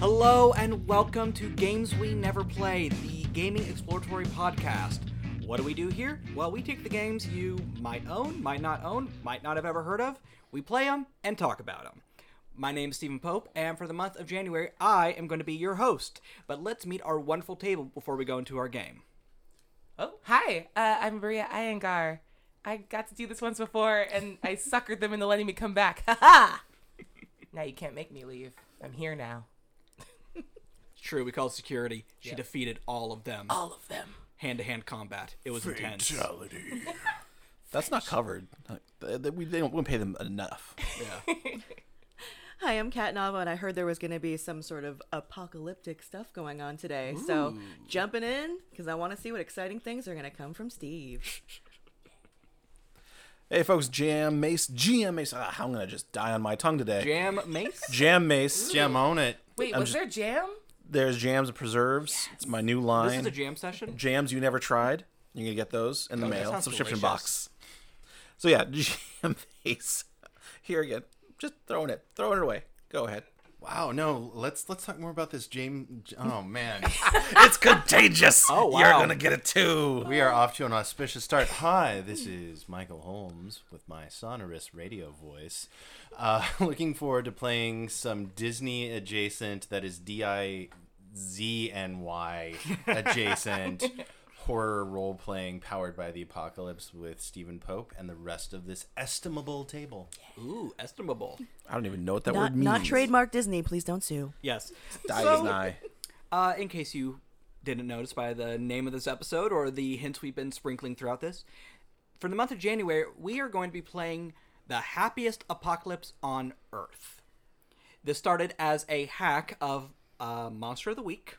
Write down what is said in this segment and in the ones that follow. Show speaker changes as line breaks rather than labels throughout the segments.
Hello and welcome to Games We Never Play, the gaming exploratory podcast. What do we do here? Well, we take the games you might own, might not own, might not have ever heard of, we play them and talk about them. My name is Stephen Pope, and for the month of January, I am going to be your host. But let's meet our wonderful table before we go into our game.
Oh, hi. Uh, I'm Maria Iyengar. I got to do this once before, and I suckered them into letting me come back. Ha ha! Now you can't make me leave. I'm here now.
True, we called security. She defeated all of them.
All of them.
Hand to hand combat. It was intense.
Fatality. That's not covered. Like, They, they- we they don't we don't pay them enough.
Yeah.
Hi, I'm Kat Nava, and I heard there was going to be some sort of apocalyptic stuff going on today. So jumping in because I want to see what exciting things are going to come from Steve.
Hey, folks, Jam Mace, GM Mace. Ah, I'm gonna just die on my tongue today.
Jam Mace?
Jam Mace. Jam on it.
Wait,
I'm
was
just-
there jam?
There's jams and preserves. It's my new line.
This is a jam session?
Jams you never tried. You're gonna get those in the
Oh, that
mail
sounds
subscription
delicious.
box. So yeah, Jam Mace. Here again, just throwing it, throwing it away. Go ahead.
Wow, Oh, no, let's let's talk more about this James Oh man.
It's contagious.
Oh,
You're
wow.
gonna get it too.
we are off to an auspicious start. Hi, this is Michael Holmes with my sonorous radio voice. Uh, looking forward to playing some Disney adjacent that is D I Z N Y adjacent horror role playing powered by the apocalypse with Stephen Pope and the rest of this estimable table.
Ooh, estimable.
I don't even know what that word
Not,
means.
not trademark Disney, please don't sue.
Yes.
Die
So-
is nigh.
Uh, in case you didn't notice by the name of this episode or the hints we've been sprinkling throughout this, for the month of January, we are going to be playing The Happiest Apocalypse on Earth. This started as a hack of uh, Monster of the Week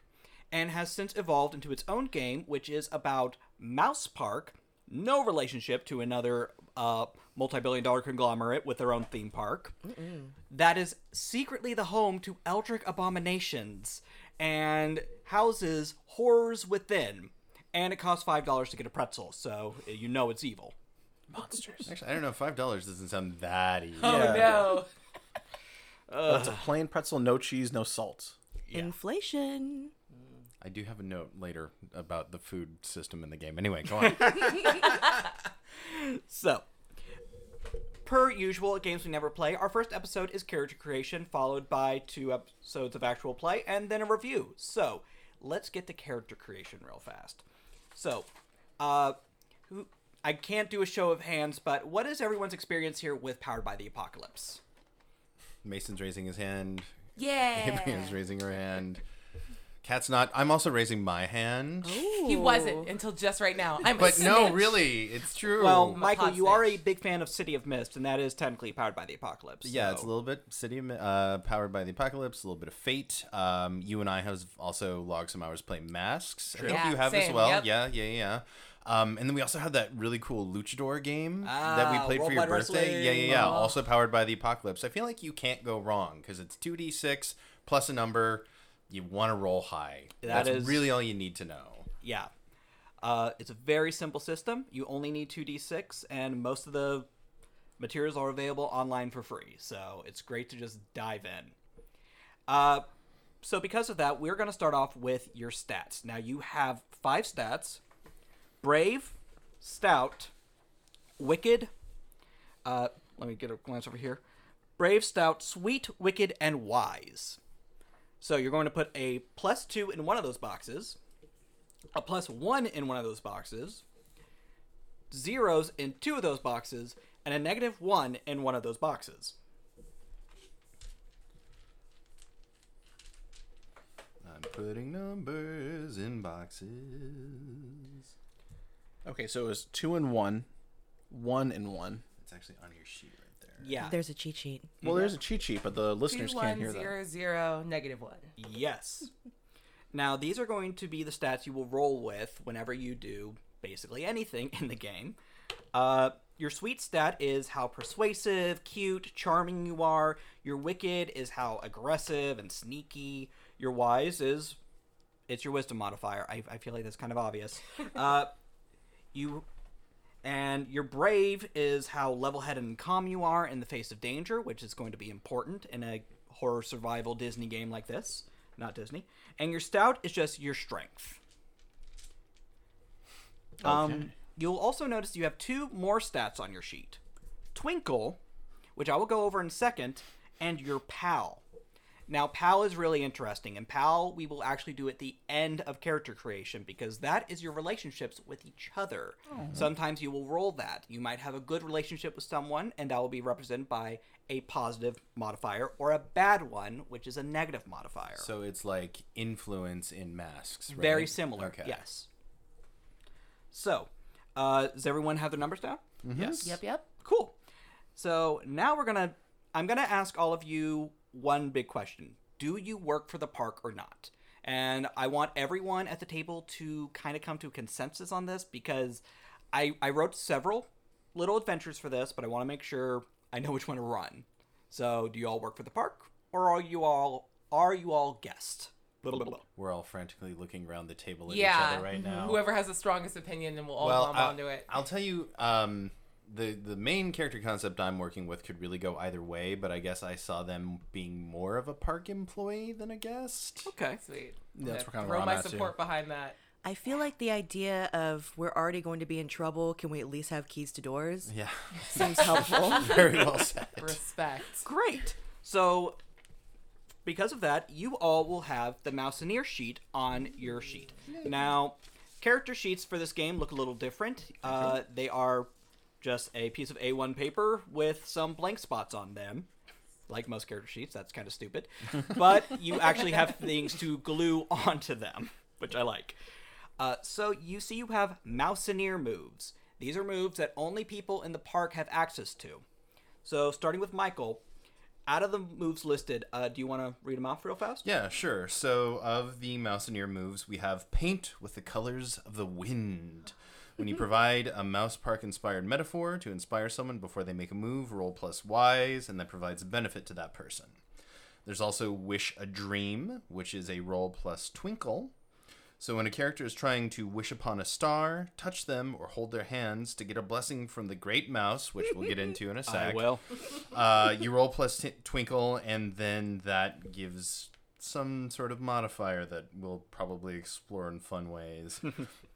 and has since evolved into its own game, which is about Mouse Park, no relationship to another uh, multi billion dollar conglomerate with their own theme park that is secretly the home to eldritch abominations and houses horrors within. And it costs five dollars to get a pretzel, so you know it's evil.
Actually, I don't know, $5 doesn't sound that easy.
Oh, no.
It's a plain pretzel, no cheese, no salt.
Inflation.
I do have a note later about the food system in the game. Anyway, go on.
So, per usual at Games We Never Play, our first episode is character creation, followed by two episodes of actual play, and then a review. So, let's get to character creation real fast. So, uh, who, I can't do a show of hands, but what is everyone's experience here with Powered by the Apocalypse?
Mason's raising his hand. Abraham's
Yeah.
raising her hand. Cat's not. I'm also raising my hand.
He wasn't until just right now. I'm Oh, a
but no,
snitch.
really, it's true.
Well, Michael,
hot
you are a
snitch.
big fan of City of Mist, and that is technically powered by the apocalypse.
yeah, it's a
so-
little bit city of- uh, powered by the apocalypse, a little bit of fate. Um, you and I have also logged some hours playing masks. I think
Yeah,
you have as
same,
well.
yep.
Yeah, yeah, yeah. Um, and then we also had that really cool luchador game that we
Ah,
played for your
Worldwide
birthday. Yeah,
Wrestling.
yeah, yeah. Also powered by the apocalypse. I feel like you can't go wrong because it's two d six plus a number. You want to roll high.
That
That's
is-
really all you need to know.
yeah. Uh, it's a very simple system. You only need two d6, and most of the materials are available online for free. So it's great to just dive in. Uh, so because of that, we're going to start off with your stats. Now you have five stats: brave, stout, wicked. Uh, let me get a glance over here. Brave, stout, sweet, wicked, and wise. So you're going to put a plus two in one of those boxes, a plus one in one of those boxes, zeros in two of those boxes, and a negative one in one of those boxes.
I'm putting numbers in boxes.
Okay, so it was two and one, one and one.
It's actually on your sheet right there.
Yeah.
There's a cheat sheet.
Well, there's a cheat sheet, but the
Two,
listeners can't
one,
hear
zero, zero, negative one.
Yes. Now, these are going to be the stats you will roll with whenever you do basically anything in the game. Uh, your sweet stat is how persuasive, cute, charming you are. Your wicked is how aggressive and sneaky. Your wise is it's your wisdom modifier. I, I feel like that's kind of obvious. Uh, you and your brave is how level-headed and calm you are in the face of danger, which is going to be important in a horror survival Disney game like this. not Disney. And your stout is just your strength. Um, you'll also notice you have two more stats on your sheet Twinkle, which I will go over in a second, and your pal. Now, pal is really interesting, and pal we will actually do at the end of character creation because that is your relationships with each other. Sometimes you will roll that. You might have a good relationship with someone, and that will be represented by a positive modifier, or a bad one, which is a negative modifier.
So it's like influence in masks, right?
Very similar.
Okay.
Yes. So, uh, does everyone have their numbers down?
Mm-hmm. Yes.
Yep, yep.
Cool. So now we're gonna. I'm gonna ask all of you one big question: Do you work for the park or not? And I want everyone at the table to kind of come to a consensus on this because I I wrote several little adventures for this, but I want to make sure I know which one to run. So, do you all work for the park, or are you all are you all guest? Blah, blah, blah.
We're all frantically looking around the table at each
Yeah. mm-hmm.
other right now.
Whoever has the strongest opinion, and we'll all
well,
bomb
I'll,
onto it.
I'll tell you, um, the the main character concept I'm working with could really go either way, but I guess I saw them being more of a park employee than a guest.
Oh.
Okay.
Sweet.
That's
Yeah,
kinda where
Throw
I'm
my
at, too.
support behind that.
I feel like the idea of we're already going to be in trouble. Can we at least have keys to doors?
Yeah,
Seems helpful.
very well said.
Respect.
Great. So, because of that, you all will have the Mountaineer sheet on your sheet. Now, character sheets for this game look a little different. Uh, they are just a piece of A1 paper with some blank spots on them. Like most character sheets, that's kind of stupid. But you actually have things to glue onto them, which I like. Uh, so you see, you have Mountaineer moves. These are moves that only people in the park have access to. So starting with Michael, out of the moves listed, uh, do you want to read them off real fast?
Yeah, sure. So, of the Mountaineer moves, we have paint with the colors of the wind. When you provide a Mouse Park inspired metaphor to inspire someone before they make a move, roll plus Ys, and that provides a benefit to that person. There's also Wish a Dream, which is a roll plus Twinkle. So, when a character is trying to wish upon a star, touch them, or hold their hands to get a blessing from the Great Mouse, which we'll get into in a sec. Uh, you roll plus t- twinkle, and then that gives some sort of modifier that we'll probably explore in fun ways.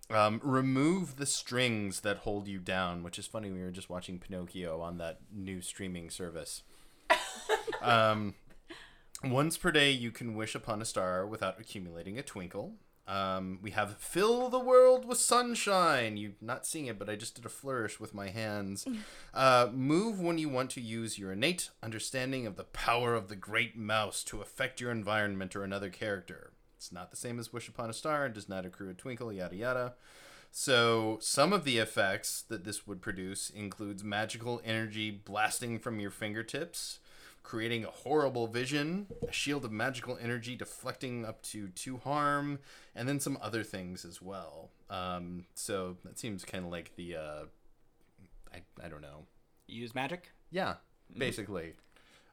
um, remove the strings that hold you down, which is funny. We were just watching Pinocchio on that new streaming service. um, once per day, you can wish upon a star without accumulating a twinkle. Um, we have fill the world with sunshine. You're not seeing it, but I just did a flourish with my hands. Uh, move when you want to use your innate understanding of the power of the great mouse to affect your environment or another character. It's not the same as Wish Upon a Star and does not accrue a twinkle, yada yada. So some of the effects that this would produce includes magical energy blasting from your fingertips, creating a horrible vision, a shield of magical energy deflecting up to two harm, and then some other things as well. Um, so that seems kind of like the uh, I I don't know
You use magic.
yeah,
Mm-hmm.
basically.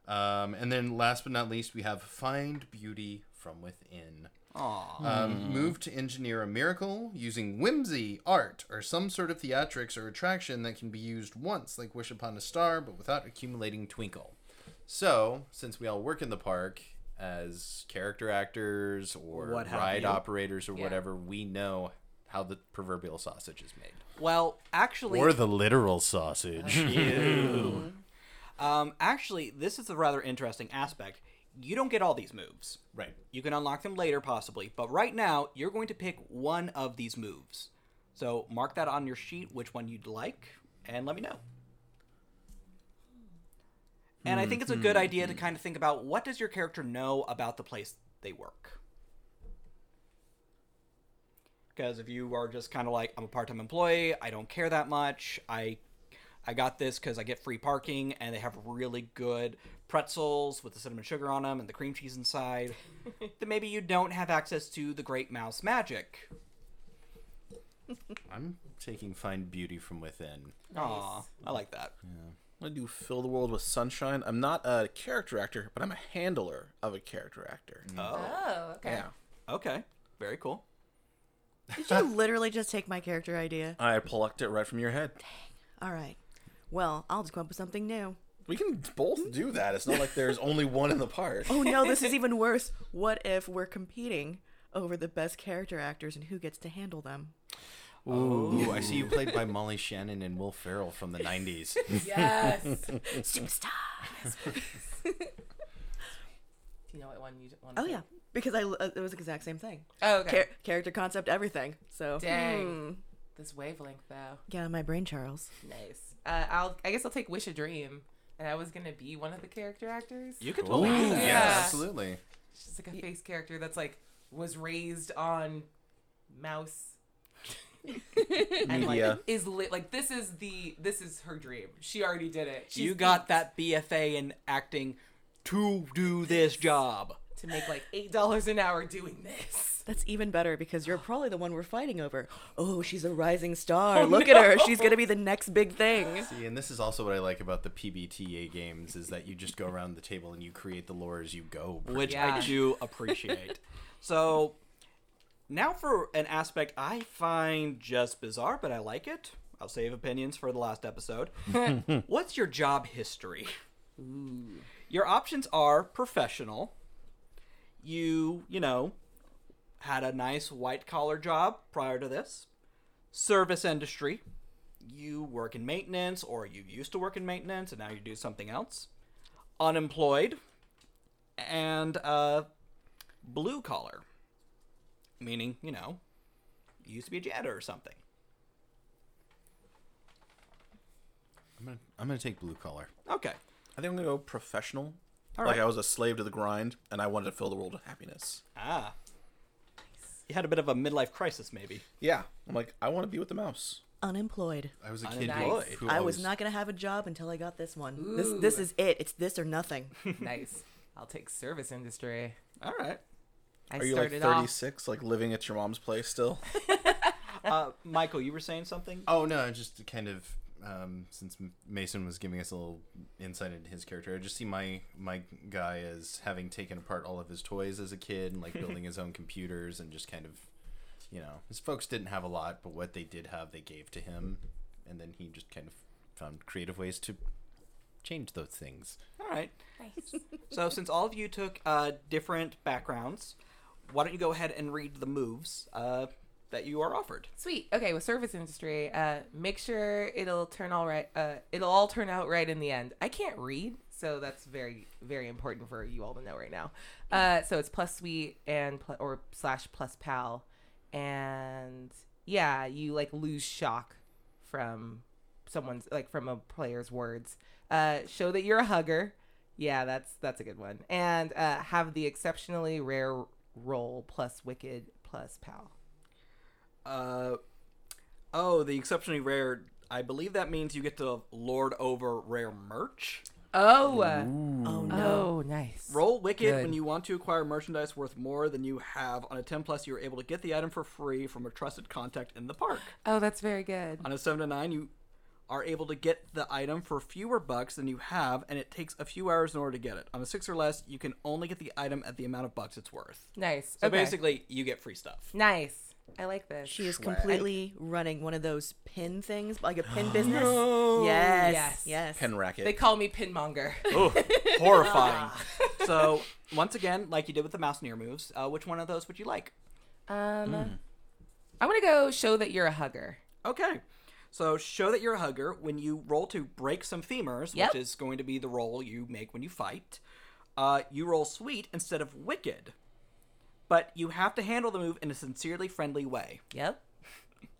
Um, and then last but not least, we have find beauty from within.
Aw.
Um, Move to engineer a miracle using whimsy, art, or some sort of theatrics or attraction that can be used once, like Wish Upon a Star, but without accumulating twinkle. So, since we all work in the park as character actors or
What have
ride
you.
operators or
Yeah.
whatever, we know how the proverbial sausage is made.
Well, actually,
the literal sausage.
um, actually, this is a rather interesting aspect. You don't get all these moves.
right.
You can unlock them later, possibly, but right now you're going to pick one of these moves. So mark that on your sheet, which one you'd like, and let me know. And I think it's a good idea to kind of think about what does your character know about the place they work. Because if you are just kind of like I'm a part-time employee, I don't care that much. I I got this because I get free parking, and they have really good pretzels with the cinnamon sugar on them and the cream cheese inside. then maybe you don't have access to the Great Mouse magic.
I'm taking Find Beauty from Within.
Aw, I like that.
I'm gonna do fill the world with sunshine. I'm not a character actor, but I'm a handler of a character actor.
Mm.
Oh, okay.
Yeah,
Okay, very cool.
Did you literally just take my character idea?
I plucked it right from your head.
All right. Well, I'll just come up with something new.
We can both do that. It's not like there's only one in the park.
Oh no, this is even worse. What if we're competing over the best character actors and who gets to handle them?
Ooh, I see you played by Molly Shannon and Will Ferrell from the 90s.
Yes. Do
Superstar.
you know what one you want?
Oh yeah, because I uh, it was the exact same thing.
Oh okay.
Char- character concept, everything. So
Dang.
hmm.
this wavelength though.
get on my brain, Charles.
Nice. Uh, I'll. I guess I'll take Wish a Dream. And I was gonna be one of the character actors.
You could
Ooh,
totally do that.
Yeah.
absolutely.
She's like a face character that's like was raised on mouse and like
Media.
is lit like this is the this is her dream. She already did it. She's
you got that BFA in acting to do this job.
to make like eight dollars an hour doing this.
That's even better because you're probably the one we're fighting over. Oh, she's a rising star. Look at her. She's gonna be the next big thing.
See, and this is also what I like about the PBTA games is that you just go around the table and you create the lore as you go.
which I
Yeah.
do appreciate. so now for an aspect I find just bizarre, but I like it. I'll save opinions for the last episode. What's your job history? Your options are professional. You, you know, had a nice white collar job prior to this. Service industry. You work in maintenance or you used to work in maintenance and now you do something else. Unemployed and uh, blue collar, meaning you know, you used to be a janitor or something.
I'm gonna, I'm gonna take blue collar.
Okay,
I think I'm gonna go professional.
All
like
right.
I was a slave to the grind, and I wanted to fill the world with happiness.
ah, you had a bit of a midlife crisis, maybe.
Yeah, I'm like I want to be with the mouse.
Unemployed.
I was a kid who,
Nice.
who
Uh, I was
always-
not gonna have a job until I got this one. This this is it. It's this or nothing.
nice. I'll take service industry.
All right.
I
Are you like
started
36, like living at your mom's place still?
Uh, Michael, you were saying something.
Oh no, I just kind of um, since M- Mason was giving us a little insight into his character, I just see my my guy as having taken apart all of his toys as a kid and like building his own computers and just kind of, you know, his folks didn't have a lot, but what they did have, they gave to him, and then he just kind of found creative ways to change those things.
All right. Nice. so since all of you took uh, different backgrounds, why don't you go ahead and read the moves uh, that you are offered?
Sweet. Okay, with service industry, uh, make sure it'll turn all right. Uh, it'll all turn out right in the end. I can't read, so that's very, very important for you all to know right now. Uh, so it's plus sweet and pl- or slash plus pal, and yeah, you like lose shock from someone's like from a player's words. Uh, show that you're a hugger. Yeah, that's that's a good one. And uh, have the exceptionally rare roll plus wicked plus pal.
Uh, oh, the exceptionally rare. I believe that means you get to lord over rare merch.
Oh. uh,
Oh no.
Oh, nice.
Roll Wicked
Good.
when you want to acquire merchandise worth more than you have. On a 10 plus, you are able to get the item for free from a trusted contact in the park.
Oh, that's very good.
On a 7 to 9, you are able to get the item for fewer bucks than you have, and it takes a few hours in order to get it. On a 6 or less, you can only get the item at the amount of bucks it's worth.
Nice.
So
okay.
basically, you get free stuff.
nice. I like this.
She is completely running one of those pin things, like a pin business. Yes. Yes.
Yes.
Yes.
Pen racket.
They call me pinmonger.
Oh, horrifying. so, once again, like you did with the mouse near moves, uh, which one of those would you like?
Um, I'm gonna go show that you're a hugger.
Okay. So show that you're a hugger when you roll to break some femurs,
Yep.
which is going to be the roll you make when you fight. Uh, you roll sweet instead of wicked, but you have to handle the move in a sincerely friendly way.
Yep.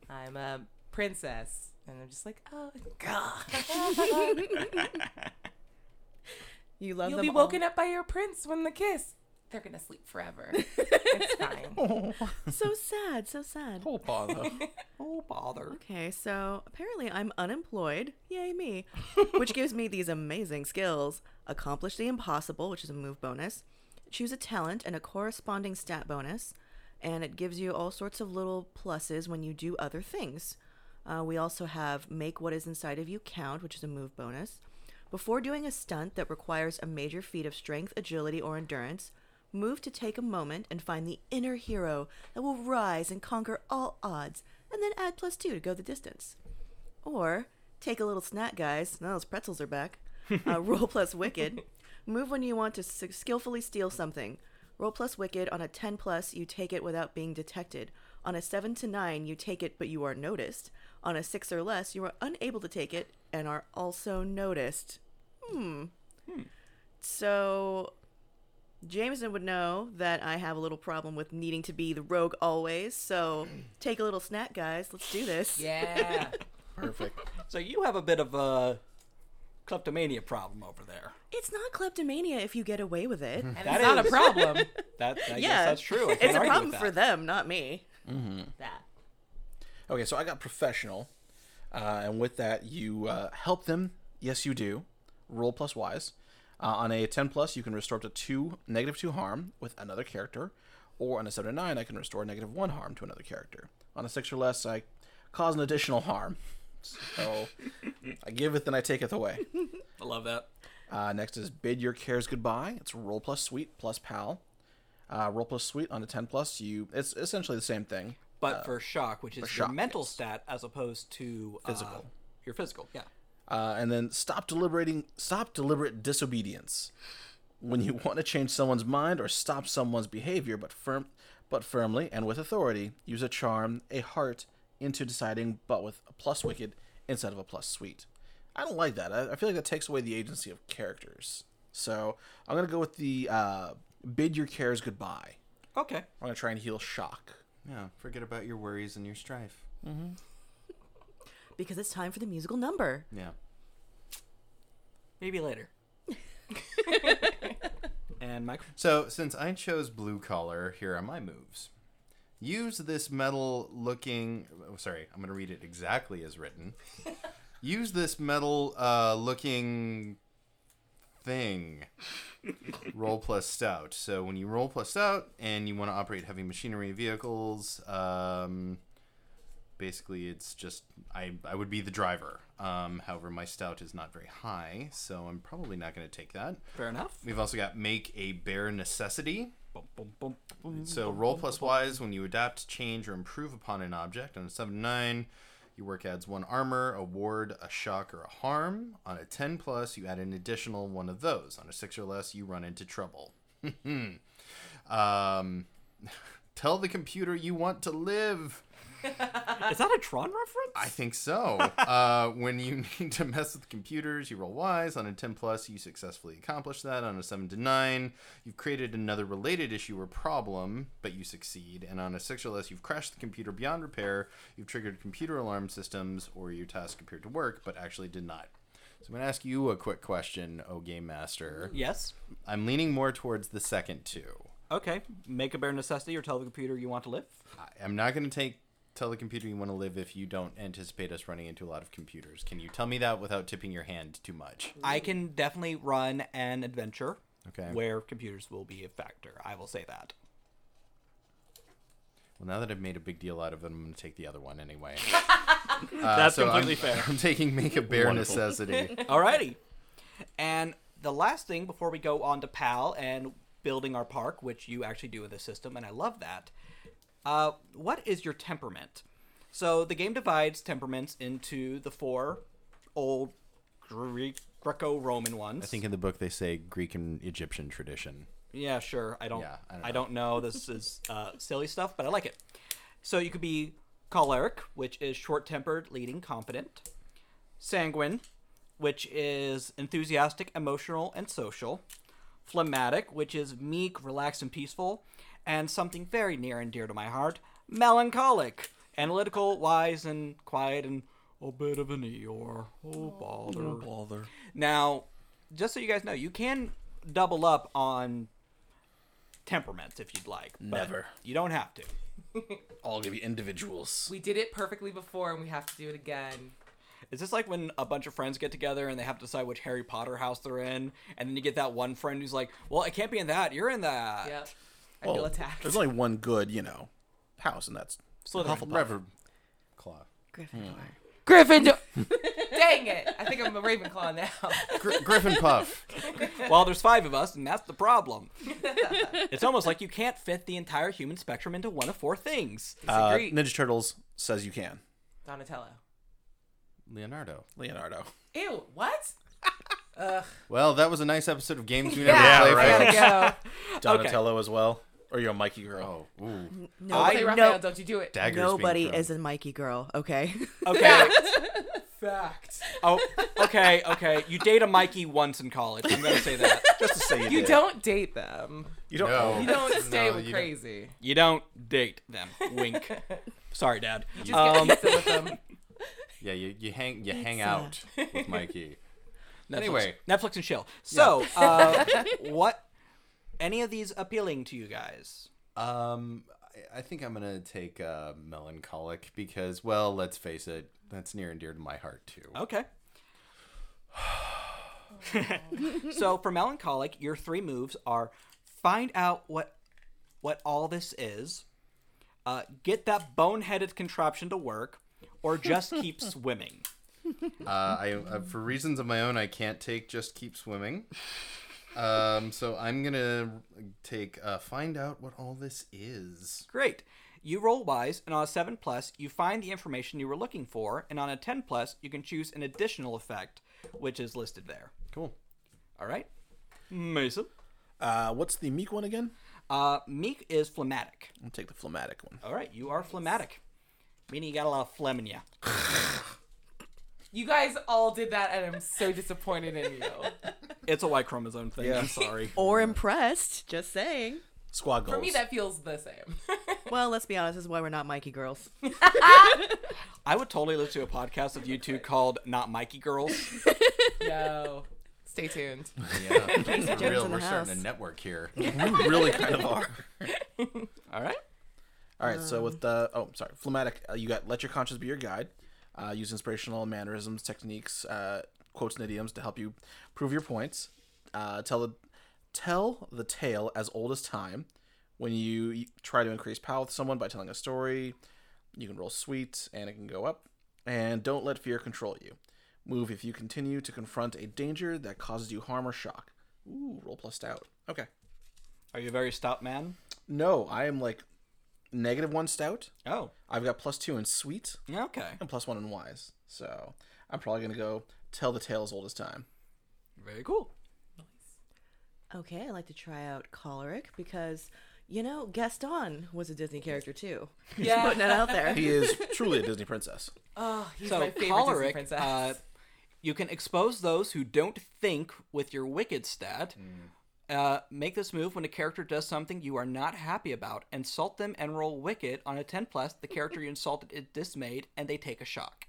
I'm a princess, and I'm just like, oh god.
You love
You'll
them
be
all.
woken up by your prince when the kiss. They're gonna sleep forever. it's fine.
So sad. So sad.
Oh, bother.
Oh bother!
Okay, so apparently I'm unemployed. Yay me. which gives me these amazing skills. Accomplish the impossible, which is a move bonus. Choose a talent and a corresponding stat bonus. And it gives you all sorts of little pluses when you do other things. Uh, we also have make what is inside of you count, which is a move bonus. Before doing a stunt that requires a major feat of strength, agility, or endurance, move to take a moment and find the inner hero that will rise and conquer all odds, and then add plus two to go the distance. Or take a little snack, guys. Now those pretzels are back. Uh, roll plus wicked. Move when you want to s- skillfully steal something. Roll plus wicked on a 10 plus, you take it without being detected. On a 7 to 9, you take it but you are noticed. On a 6 or less, you are unable to take it and are also noticed. Hmm. So Jameson would know that I have a little problem with needing to be the rogue always. So take a little snack, guys. Let's do this.
Yeah.
Perfect.
So you have a bit of a kleptomania problem over there.
It's not kleptomania if you get away with it.
And
That
it's not
is-
a problem.
That, I
yeah,
Hmm. guess that's true. I can't
It's a
argue
problem
with
for
that.
them, not me.
that.
Okay, so I got professional, uh, and with that, you uh, help them. Yes, you do. Roll plus wise. Uh, on a 10 plus, you can restore up to two negative two harm with another character, or on a 7 to 9, I can restore negative one harm to another character. On a 6 or less, I cause an additional harm. So I giveth and I taketh away.
I love that.
Uh, next is bid your cares goodbye. It's roll plus sweet plus pal. Uh, roll plus sweet on a 10 plus, you it's essentially the same thing.
But for shock, which is
shock,
your mental stat as opposed to uh,
Physical.
your physical, yeah.
Uh, and then stop deliberating. Stop deliberate disobedience. When you want to change someone's mind or stop someone's behavior, but firm, but firmly and with authority, use a charm, a heart into deciding, but with a plus wicked instead of a plus sweet. I don't like that. I, I feel like that takes away the agency of characters. So I'm gonna go with the uh, bid your cares goodbye.
Okay.
I'm gonna try and heal shock.
Yeah, forget about your worries and your strife.
Because it's time for the musical number.
Yeah.
Maybe later. and Michael.
So, since I chose blue collar, here are my moves. Use this metal looking. Oh, sorry, I'm going to read it exactly as written. Use this metal uh, looking thing. roll plus stout. So, when you roll plus stout and you want to operate heavy machinery vehicles, um, basically it's just I, I would be the driver. Um, however, my stout is not very high, so I'm probably not going to take that.
Fair enough.
We've also got make a bare necessity.
Bum, bum, bum.
So roll plus wise when you adapt, change, or improve upon an object. On a seven to nine, your work adds one armor, a ward, a shock, or a harm. On a ten plus, you add an additional one of those. On a six or less, you run into trouble. um, tell the computer you want to live.
Is that a Tron reference?
I think so. uh, when you need to mess with computers, you roll wise. On a 10 plus, you successfully accomplish that. On a 7 to 9, you've created another related issue or problem, but you succeed. And on a 6 or less, you've crashed the computer beyond repair. You've triggered computer alarm systems, or your task appeared to work, but actually did not. So I'm going to ask you a quick question, O Game Master.
yes.
I'm leaning more towards the second two.
Okay. Make a bare necessity or tell the computer you want to live.
I- I'm not going to take tell the computer you want to live if you don't anticipate us running into a lot of computers. Can you tell me that without tipping your hand too much?
I can definitely run an adventure
Okay.
where computers will be a factor. I will say that.
Well, now that I've made a big deal out of it, I'm going to take the other one anyway. Uh,
That's
So I'm- I'm taking make a bare
Wonderful.
necessity.
Alrighty. And the last thing before we go on to PAL and building our park, which you actually do in the system, and I love that. Uh, what is your temperament? So the game divides temperaments into the four old Greek Greco-Roman ones.
I think in the book they say Greek and Egyptian tradition.
Yeah, sure. I don't.
Yeah,
I don't
I don't
know. This is uh, silly stuff, but I like it. So you could be choleric, which is short-tempered, leading, confident. Sanguine, which is enthusiastic, emotional, and social. Phlegmatic, which is meek, relaxed, and peaceful. And something very near and dear to my heart, melancholic, analytical, wise, and quiet, and a bit of an eeyore. Oh, bother.
Bother.
Now, just so you guys know, you can double up on temperaments if you'd like. but
Never.
You don't have to.
I'll give you individuals.
We did it perfectly before and we have to do it again.
Is this like when a bunch of friends get together and they have to decide which Harry Potter house they're in, and then you get that one friend who's like, "Well, I can't be in that. You're in that."
Yep. I feel attacked.
Oh, There's only one good, you know, house, and that's Hufflepuff. Uh,
Reverend Claw.
Gryffindor.
Gryffindor. Dang it. I think I'm a Ravenclaw now.
Gr- Griffin Puff.
Well, there's five of us, and that's the problem. it's almost like you can't fit the entire human spectrum into one of four things.
Uh,
Disagree.
Ninja Turtles says you can.
Donatello.
Leonardo.
Leonardo.
Ew, what?
Well, that was a nice episode of games we never
Yeah,
play.
right.
folks.
I gotta go.
Donatello as well, or you're a Mikey girl.
Oh, ooh,
No,
Hmm. I-
Hey,
No.
Raphael, don't you do it.
daggers. being
nobody
thrown.
is a Mikey girl. Okay.
Okay.
Fact.
oh, okay, okay. You date a Mikey once in college. I'm gonna say that.
Just to say you,
You
did.
don't date them.
You don't.
No.
You don't stay
No,
with
you don't.
crazy.
You don't date them. Wink. Sorry, Dad.
You just
Um,
get pizza with them.
Yeah, you, you hang you hang out
Pizza.
with Mikey.
Netflix,
Anyway.
Netflix and chill. So, uh, what? Any of these appealing to you guys?
Um, I, I think I'm gonna take uh, melancholic because, well, let's face it, that's near and dear to my heart too.
Okay. so for melancholic, your three moves are find out what what all this is, uh, get that boneheaded contraption to work, or just keep swimming.
Uh, I, uh for reasons of my own, I can't take just keep swimming. Um, so I'm gonna take uh, find out what all this is.
Great. You roll wise, and on a 7 plus, you find the information you were looking for, and on a 10 plus, you can choose an additional effect, which is listed there.
Cool.
All right? Mason?
Uh, what's the meek one again?
Uh, Meek is phlegmatic.
I'll take the phlegmatic one.
All right, you are phlegmatic, meaning you got a lot of phlegm in you.
You guys all did that, and I'm so disappointed in you.
It's a Y chromosome thing. I'm sorry.
or impressed. Just saying.
Squad goals.
For me, that feels the same.
Well, let's be honest. This is why we're not Mikey girls.
I would totally listen to a podcast of you two called Not Mikey Girls.
no. Stay tuned.
Yeah, For
Jones
real,
in the
we're starting
house.
a network here.
we really kind of are.
All right.
All right, so with the oh, sorry, phlegmatic, uh, you got let your conscience be your guide. Uh, use inspirational mannerisms, techniques, uh, quotes, and idioms to help you prove your points. Uh, tell the tell the tale as old as time. When you try to increase power with someone by telling a story, you can roll sweet, and it can go up. And don't let fear control you. Move if you continue to confront a danger that causes you harm or shock. Ooh, roll plus stout. Okay.
Are you a very stout man?
No, I am like negative one stout.
Oh,
I've got plus two in sweet
okay.
and plus one in wise. So I'm probably gonna go tell the tale as old as time.
Very cool.
Okay, I like to try out choleric because you know Gaston was a Disney character too.
Yeah.
Putting it out there.
He is truly a Disney princess.
Oh, he's
so
my favorite Disney
choleric,
princess.
uh, you can expose those who don't think with your wicked stat.
Mm.
Uh, make this move when a character does something you are not happy about. Insult them and roll wicked on a ten plus. The character you insulted is dismayed and they take a shock.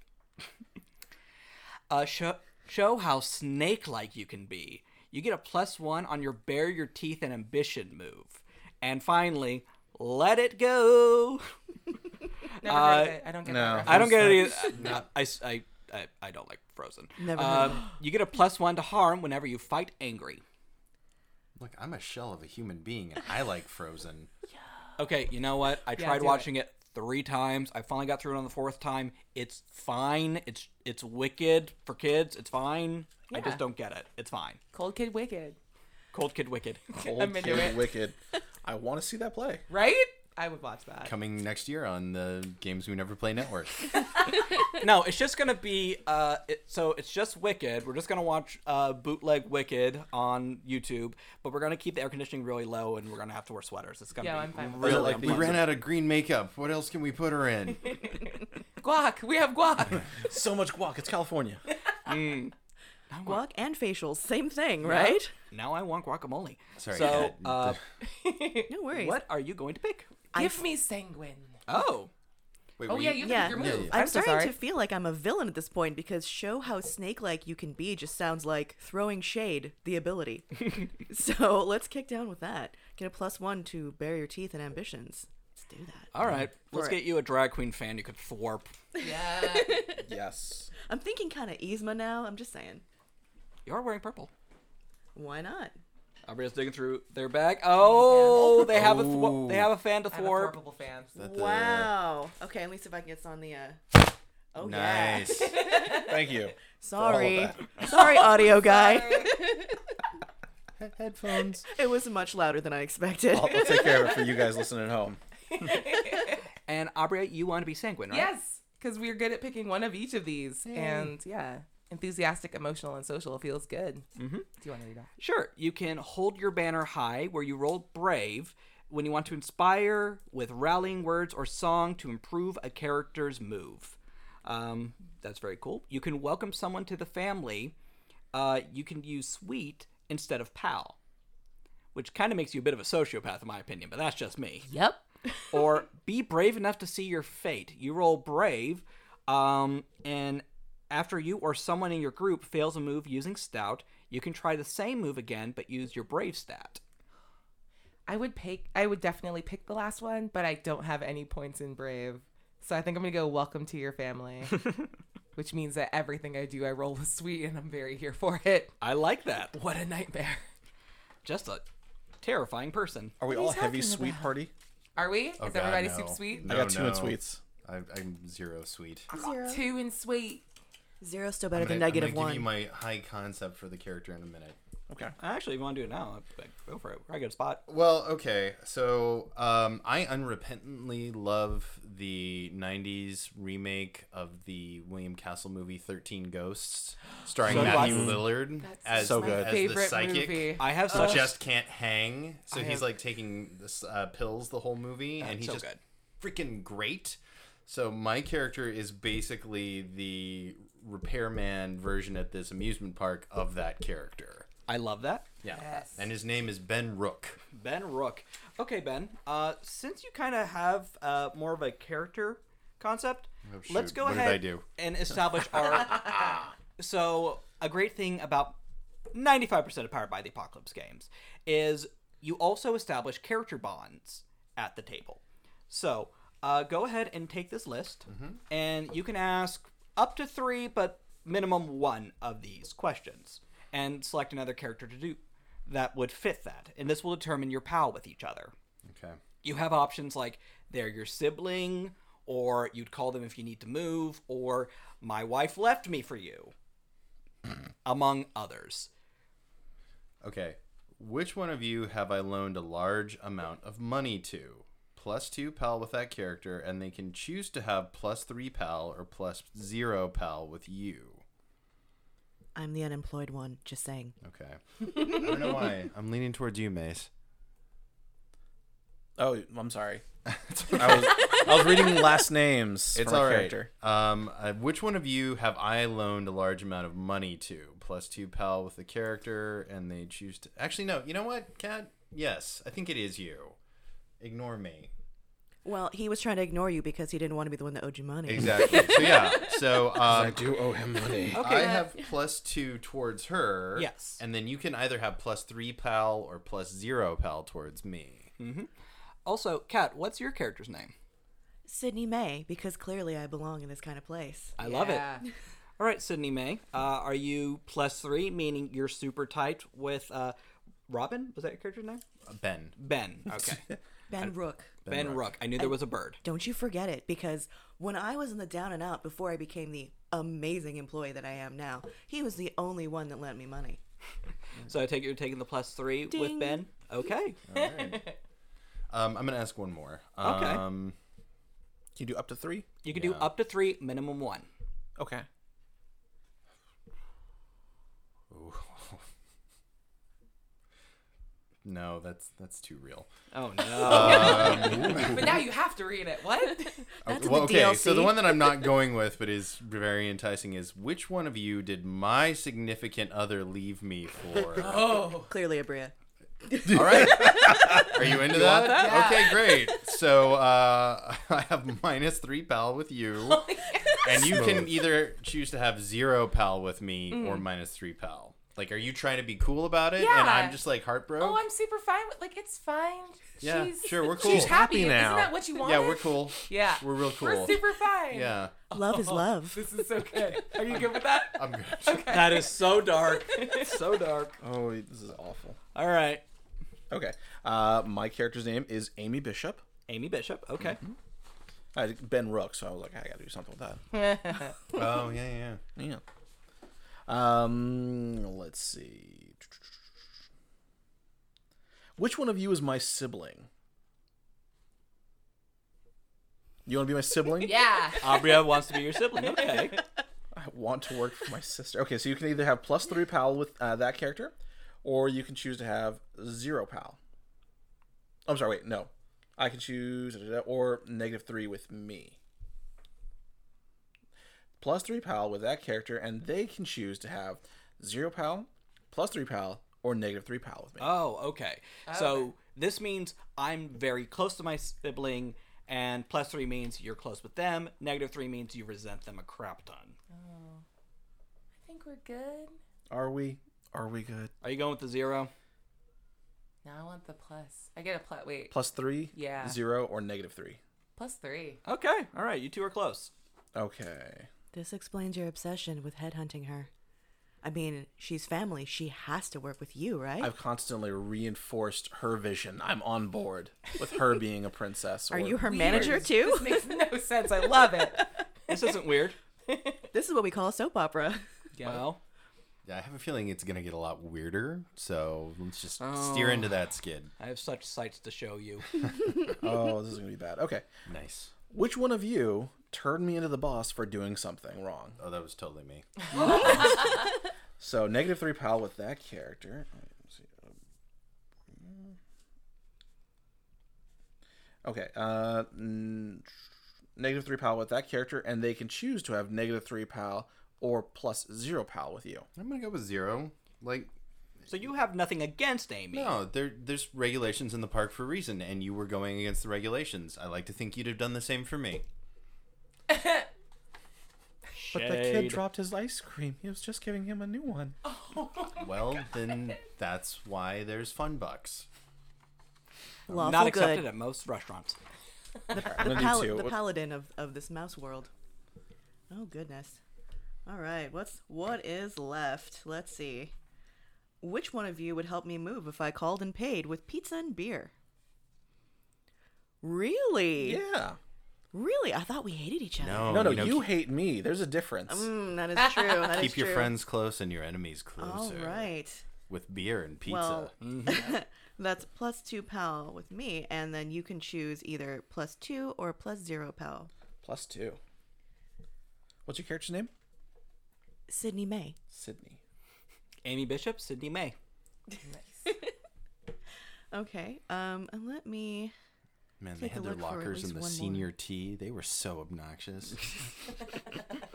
uh, show show how snake like you can be. You get a plus one on your bare your teeth and ambition move. And finally, let it go.
Never heard of it. I don't get
no.
that.
I don't get it. either. I, I, I, I don't like Frozen.
Never heard
Um, you get a plus one to harm whenever you fight angry.
Look, I'm a shell of a human being, and I like Frozen.
Okay, you know what? I tried
do it.
watching it. three times. I finally got through it on the fourth time. It's fine. It's it's wicked for kids. It's fine. I
Yeah.
just don't get it. It's fine.
Cold Kid Wicked.
Cold Kid Wicked.
Old
I'm into
Kid
it.
wicked. I want to see that play.
Right? I would watch that.
Coming next year on the Games We Never Play Network.
no, it's just gonna be uh, it, so it's just Wicked. We're just gonna watch uh, bootleg Wicked on YouTube, but we're gonna keep the air conditioning really low, and we're gonna have to wear sweaters. It's gonna
Yeah,
be
I'm fine with
really
that. Like
we
unpleasant.
ran out of green makeup. What else can we put her in?
Guac. We have guac.
So much guac. It's California.
Mm.
Guac and facials, same thing, right?
Now I want guacamole.
Sorry.
So,
Ed.
uh,
No worries.
what are you going to pick?
Give me sanguine.
Oh,
Wait,
Oh
were
yeah,
you-
you yeah.
Yeah.
your
Yeah,
move.
yeah.
I'm,
I'm, so
starting
sorry.
to feel like I'm a villain at this point because show how snake-like you can be just sounds like throwing shade, the ability. so let's kick down with that. Get a plus one to bare your teeth and ambitions. Let's do that.
all right. Let's
For it.
get you a drag queen fan you could thwarp.
yeah.
yes.
I'm thinking kind of Yzma now. I'm just saying,
You are wearing purple.
why not?
Everybody's digging through their bag. Oh, they have a thwa- they have a fan to
I'm a
thwarp.
horrible fan.
That the-
Wow. Okay, at least if I can get on the. Uh... Oh yeah.
Nice.
Thank you.
Sorry.
For all
Sorry, audio guy.
Headphones.
It was much louder than I expected.
I'll, I'll take care of it for you guys listening at home.
And Aubrey, you want to be sanguine, right?
Yes, because we're good at picking one of each of these, and yeah, enthusiastic, emotional, and social feels good. Mm-hmm. Do you want to read off?
Sure, you can hold your banner high where you roll brave when you want to inspire with rallying words or song to improve a character's move. Um, that's very cool. You can welcome someone to the family. Uh, you can use sweet instead of pal, which kind of makes you a bit of a sociopath, in my opinion, but that's just me
Yep.
or be brave enough to see your fate. You roll brave, um, and after you or someone in your group fails a move using stout, you can try the same move again but use your brave stat.
I would pick. I would definitely pick the last one, but I don't have any points in brave, so I think I'm gonna go welcome to your family, which means that everything I do, I roll with sweet, and I'm very here for it.
I like that.
What a nightmare!
Just a terrifying person.
Are we
are you
all heavy
talking
sweet
about?
party?
Are we?
Oh,
Is
God,
everybody
no.
super sweet?
No,
I got two
no.
in sweets.
I, I'm zero sweet.
Zero.
Two and sweet.
Zero's still better
I'm
than
gonna- I'm
negative
gonna
one.
Give you my high concept for the character in a minute.
Okay.
Actually, if you want to do it now, I- I- go for it. I got a spot.
Well, okay. So um, I unrepentantly love the '90s remake of the William Castle movie Thirteen Ghosts, starring
So
Matthew
good.
Lillard as,
so good.
as
Favorite
the psychic.
movie.
I have
who
such
just can't hang, so
I
he's
have-
like taking this, uh, pills the whole movie, and he's
so
just
good.
freaking great. So my character is basically the repairman version at this amusement park of that character.
I love that.
Yeah.
Yes.
And his name is Ben Rook.
Ben Rook. Okay, Ben. Uh, since you kind of have uh, more of a character concept, let's
Oh, shoot.
go
What did
ahead
I do?
and establish our. so a great thing about ninety-five percent of Powered by the Apocalypse games is you also establish character bonds at the table. So uh, go ahead and take this list, and you can ask up to three, but minimum one of these questions, and select another character to do that would fit that. And this will determine your pal with each other
Okay.
you have options like they're your sibling or you'd call them if you need to move or my wife left me for you among others
Okay. Which one of you have I loaned a large amount of money to? Plus two pal with that character, and they can choose to have plus three pal or plus zero pal with you.
I'm the unemployed one. Just saying.
Okay. I don't know why. I'm leaning towards you, Mace.
Oh, I'm sorry. I was I was reading last names.
It's
for my
all right.
character.
Um, uh, which one of you have I loaned a large amount of money to? Plus two pal with the character, and they choose to. Actually, no. You know what, Cat? Yes, I think it is you. Ignore me.
Well, he was trying to ignore you because he didn't want to be the one that owed you money.
Exactly. so yeah. So um,
do owe him money.
I have plus two towards her.
Yes.
And then you can either have plus three pal or plus zero pal towards me.
also kat what's your character's name
Sydney May, because clearly I belong in this kind of place.
i love it
Yeah.
all right sydney may uh, are you plus three meaning you're super tight with uh, robin was that your character's name
Hmm.
Uh, Ben.
ben okay ben,
Ben Rook.
rook. i knew there was a bird
Don't you forget it, because when I was in the down and out before I became the amazing employee that I am now, he was the only one that lent me money.
so i Oh, take it you're taking the plus three with
Ding.
ben okay
All right. um, I'm gonna ask one more.
Okay.
Um,
Can you do up to three?
you can do
Yeah.
up to three minimum one
Okay.
No, that's that's too real.
oh no
But now you have to read it. What?
That's in
well,
the
okay, so the
DLC.
one that I'm not going with, but is very enticing, is which one of you did my significant other leave me for?
Oh.
Clearly, Abria.
All right, are you into that? Okay, great. So uh, I have minus three pal with you, and you can either choose to have zero pal with me or minus three pal. Like, are you trying to be cool about it? And
Yeah.
I'm just like heartbroken.
Oh, I'm super fine with like it's fine.
Yeah,
she's,
sure, we're cool.
She's happy,
Happy now.
Isn't that what you want?
yeah, we're cool.
Yeah.
we're real
We're
cool.
super fine.
yeah,
Love is love.
This is so good. Are you good with that?
I'm good.
That is so dark. so dark.
Oh, this is awful.
All right.
Okay. Uh, my character's name is Amy Bishop.
Amy Bishop. Okay.
Mm-hmm.
I had Ben Rook, so I was like, I gotta do something with that.
Oh yeah, yeah.
Yeah. Um, let's see. Which one of you is my sibling? You want to be my sibling?
yeah.
Abria wants to be your sibling. Okay.
I want to work for my sister. Okay, so you can either have plus three pal with uh, that character, or you can choose to have zero pal. I'm sorry, wait, no. I can choose or negative three with me. Plus three pal with that character, and they can choose to have zero pal, plus three pal, or negative three pal with me.
Oh, okay. So this means I'm very close to my sibling, and plus three means you're close with them. Negative three means you resent them a crap ton.
I think we're good.
Are we? Are we good?
Are you going with the zero?
No, I want the plus. I get a plus. Wait,
Plus three,
Yeah.
zero, or negative three.
plus three.
Okay. All right. You two are close.
Okay.
This explains your obsession with headhunting her. I mean, she's family. She has to work with you, right?
I've constantly reinforced her vision. I'm on board with her being a princess.
Are
or-
you her manager too?
This makes no sense. I love it.
This isn't weird.
This is what we call a soap opera.
Well,
I have a feeling it's going to get a lot weirder, so let's just steer
Oh.
into that skid.
I have such sights to show you.
Oh, this is gonna be bad. Okay.
Nice.
Which one of you turned me into the boss for doing something wrong?
Oh, that was totally me.
So negative three pal with that character. Let's see. Okay. Uh, mm, negative three pal with that character, and they can choose to have negative three pal or plus zero pal with you.
I'm going to go with zero. Like,
So you have nothing against Amy.
no, there, there's regulations in the park for a reason, and you were going against the regulations. I like to think you'd have done the same for me.
But the kid dropped his ice cream. He was just giving him a new one.
Well, then that's why there's fun bucks.
Lawful
Not accepted
good.
at most restaurants.
The,
gonna do
pal-
two.
the
What-
paladin of, of this mouse world. Oh goodness. All right, what's what is left? Let's see. Which one of you would help me move if I called and paid with pizza and beer? Really?
Yeah.
Really? I thought we hated each other.
No,
no, no,
Oh, you, know,
you hate me. There's a difference.
Um,
Mm, that is true. That is
keep your
true.
friends close and your enemies closer.
All right.
With beer and pizza.
Well, that's plus two pal with me, and then you can choose either plus two or plus zero pal.
Plus two. What's your character's name?
Sydney May.
Sydney.
Amy Bishop, Sydney May.
Okay. Um, and let me.
Man, they
Take a
had their
look for at
lockers
least
in the
one more.
senior tea. They were so obnoxious.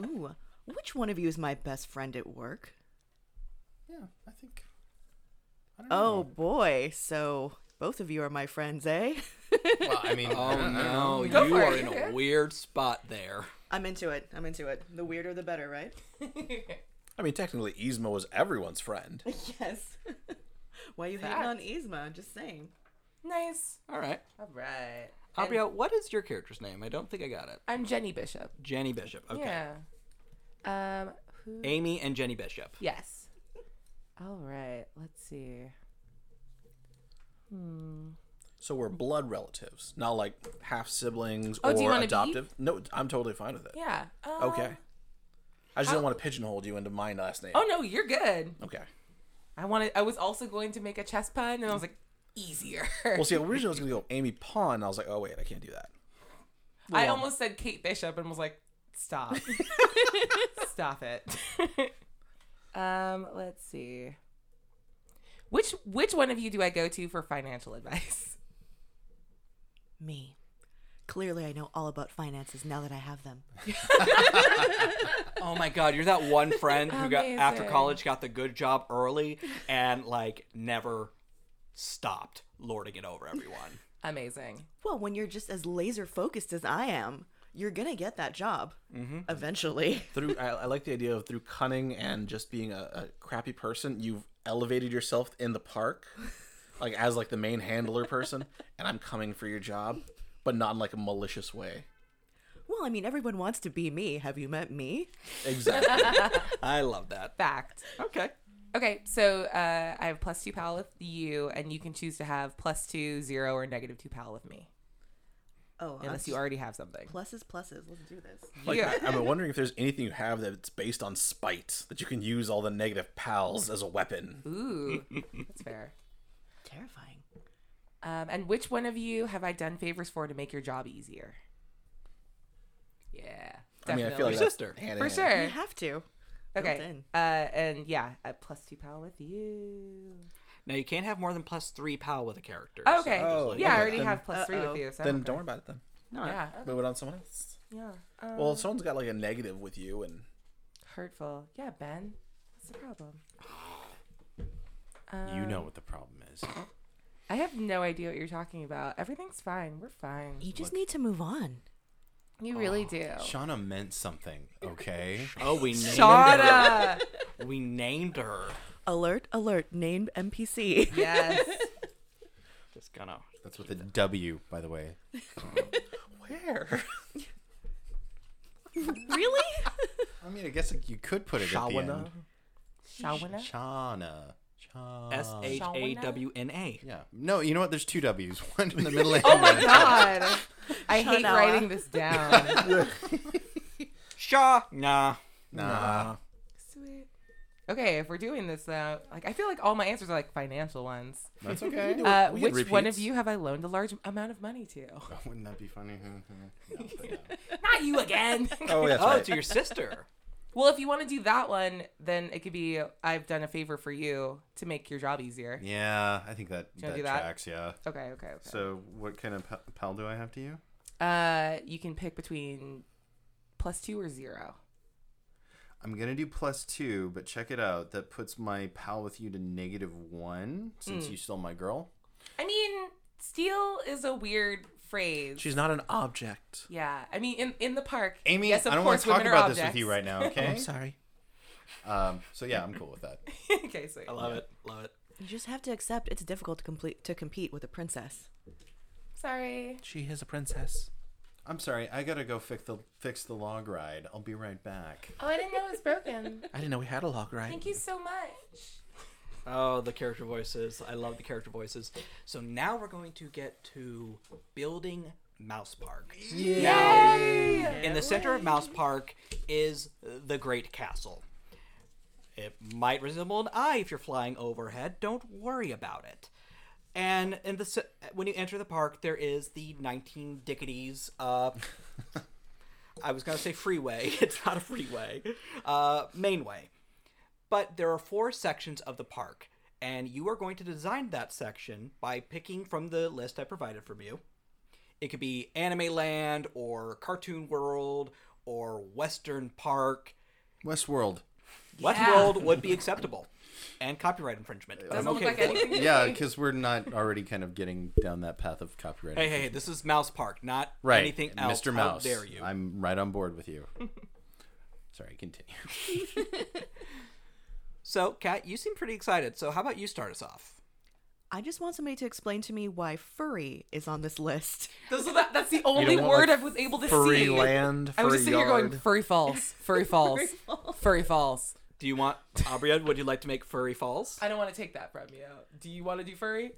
Ooh, which one of you is my best friend at work?
yeah, I think. I don't
Oh boy, so both of you are my friends, eh?
know. well, I mean, I
Oh
don't- I don't
no,
know.
you
for
are
it.
in a weird spot there.
I'm into it. I'm into it. The weirder, the better, right?
I mean, technically, Yzma was everyone's friend.
yes. Why you hating on Yzma? Just saying.
nice.
All right.
All right.
Aubrey, what is your character's name? I don't think I got it.
I'm Jenny Bishop.
Jenny Bishop. Okay.
Yeah. Um. Who?
Amy and Jenny Bishop.
Yes. All right. Let's see.
So we're blood relatives, not like half siblings
Oh, do you
or
wanna be?
adoptive. No, I'm totally fine with it.
Yeah. Um,
Okay. I just don't want to pigeonhole you into my last name.
Oh no, you're good.
Okay.
I wanted. I was also going to make a chess pun, and I was like, easier.
Well, see, originally I was going to go Amy Pawn. and I was like, oh, wait, I can't do that.
I almost said Kate Bishop and was like, stop. stop it. um, let's see. Which which one of you do I go to for financial advice?
Me. Clearly, I know all about finances now that I have them.
Oh my god, you're that one friend who got after
Amazing.
college got the good job early and like never stopped lording it over everyone.
Amazing.
Well, when you're just as laser focused as I am, you're gonna get that job eventually.
Through, I, I like the idea of through cunning and just being a, a crappy person, you've elevated yourself in the park, like as like the main handler person, and I'm coming for your job, but not in like a malicious way.
Well, I mean, everyone wants to be me. Have you met me?
Exactly.
I love that.
Fact.
Okay.
Okay, so uh, I have plus two pal with you, and you can choose to have plus two, zero, or negative two pal with me,
Oh,
unless you already have something.
pluses, pluses. Let's do this.
Like,
Yeah.
I, am wondering if there's anything you have that's based on spite that you can use all the negative pals as a weapon.
Ooh, that's fair.
Terrifying.
Um, and which one of you have I done favors for to make your job easier? Yeah.
I mean,
Definitely.
I feel like
Your
that's
sister.
hand in
for
hand.
sure.
You have to.
Okay.
in.
Uh, and yeah, uh, plus two power with you.
Now you can't have more than plus three pal with a character. so
Okay.
just
Oh,
like-
yeah, I
okay,
already
then-
have plus three
Uh-oh.
with you. So
Then
I'm
don't worry
okay.
about it then.
Yeah. okay.
Move it on to someone else.
Yeah. Um,
Well, if someone's got like a negative with you, and
hurtful. Yeah, Ben. What's the problem?
You know what the problem is.
I have no idea what you're talking about. Everything's fine. We're fine.
You just need to move on.
You really do.
Shauna meant something, okay?
Oh, we named her.
Shauna.
We named her.
Alert, alert, named NPC.
yes.
Just gonna.
That's with a W, by the way.
where?
really?
I mean, I guess you could put it at the end.
Shawana.
Shauna.
Shauna. Shauna.
S H A W N A.
Yeah. No, you know what? There's two W's. One in the middle and
Oh my god. I hate
Shaunawa.
writing this down.
Shaw. Nah.
Nah.
Sweet. Okay, if we're doing this though, like I feel like all my answers are like financial ones.
That's okay.
Uh,
we get
which one of
repeats.
you have I loaned a large amount of money to?
Wouldn't that be funny? No, but no.
Not you again.
Oh, that's
Oh,
right.
to your sister.
well, if you want to do that one, then it could be I've done a favor for you to make your job easier.
Yeah, I think that,
wanna
that
do that?
tracks, yeah.
Okay, okay, okay.
So, what kind of pal, pal do I have to you?
uh, you can pick between plus two or zero.
I'm going to do plus two, but check it out. That puts my pal with you to negative one
Hmm.
since you stole my girl.
I mean, steal is a weird phrase.
She's not an object.
yeah, I mean, in in the park.
Amy,
yes, of
I don't want
course,
to talk
women are
about this with
objects.
you right now,
Oh,
okay?
I'm sorry.
um, so, yeah, I'm cool with that.
okay, sweet.
I love it. Love it.
You just have to accept it's difficult to complete to compete with a princess.
Sorry.
She is a princess.
I'm sorry, I got to go fix the, fix the log ride. I'll be right back.
Oh, I didn't know it was broken.
I didn't know we had a log right.
Thank you so much.
Oh, the character voices. I love the character voices. So now we're going to get to building Mouse Park. Now, in the center of Mouse Park is the Great Castle. It might resemble an eye if you're flying overhead. Don't worry about it. And in the ce- when you enter the park, there is the 19 Dickities. Uh, I was gonna say freeway. It's not a freeway. Uh, mainway but there are four sections of the park, and you are going to design that section by picking from the list I provided from you. It could be Anime Land, or Cartoon World, or Western Park.
Westworld.
Westworld would be acceptable, and copyright infringement. I'm
Doesn't look
okay
like
with it.
anything. to
Yeah,
me.
because we're not already kind of getting down that path of copyright.
Hey, hey, hey, this is Mouse Park, not
right.
anything else.
Mr. Mouse.
How dare you?
I'm right on board with you. Sorry, continue.
So, Kat, you seem pretty excited. So, how about you start us off?
I just want somebody to explain to me why furry is on this list.
Those are the, that's the only
want,
word
like,
I was able to
Furry
see.
land.
I was just
furry
sitting here going,
yard.
furry falls, furry falls, furry falls.
Do you want, Abria, would you like to make Furry Falls?
I don't want to take that from you. Do you want to do furry?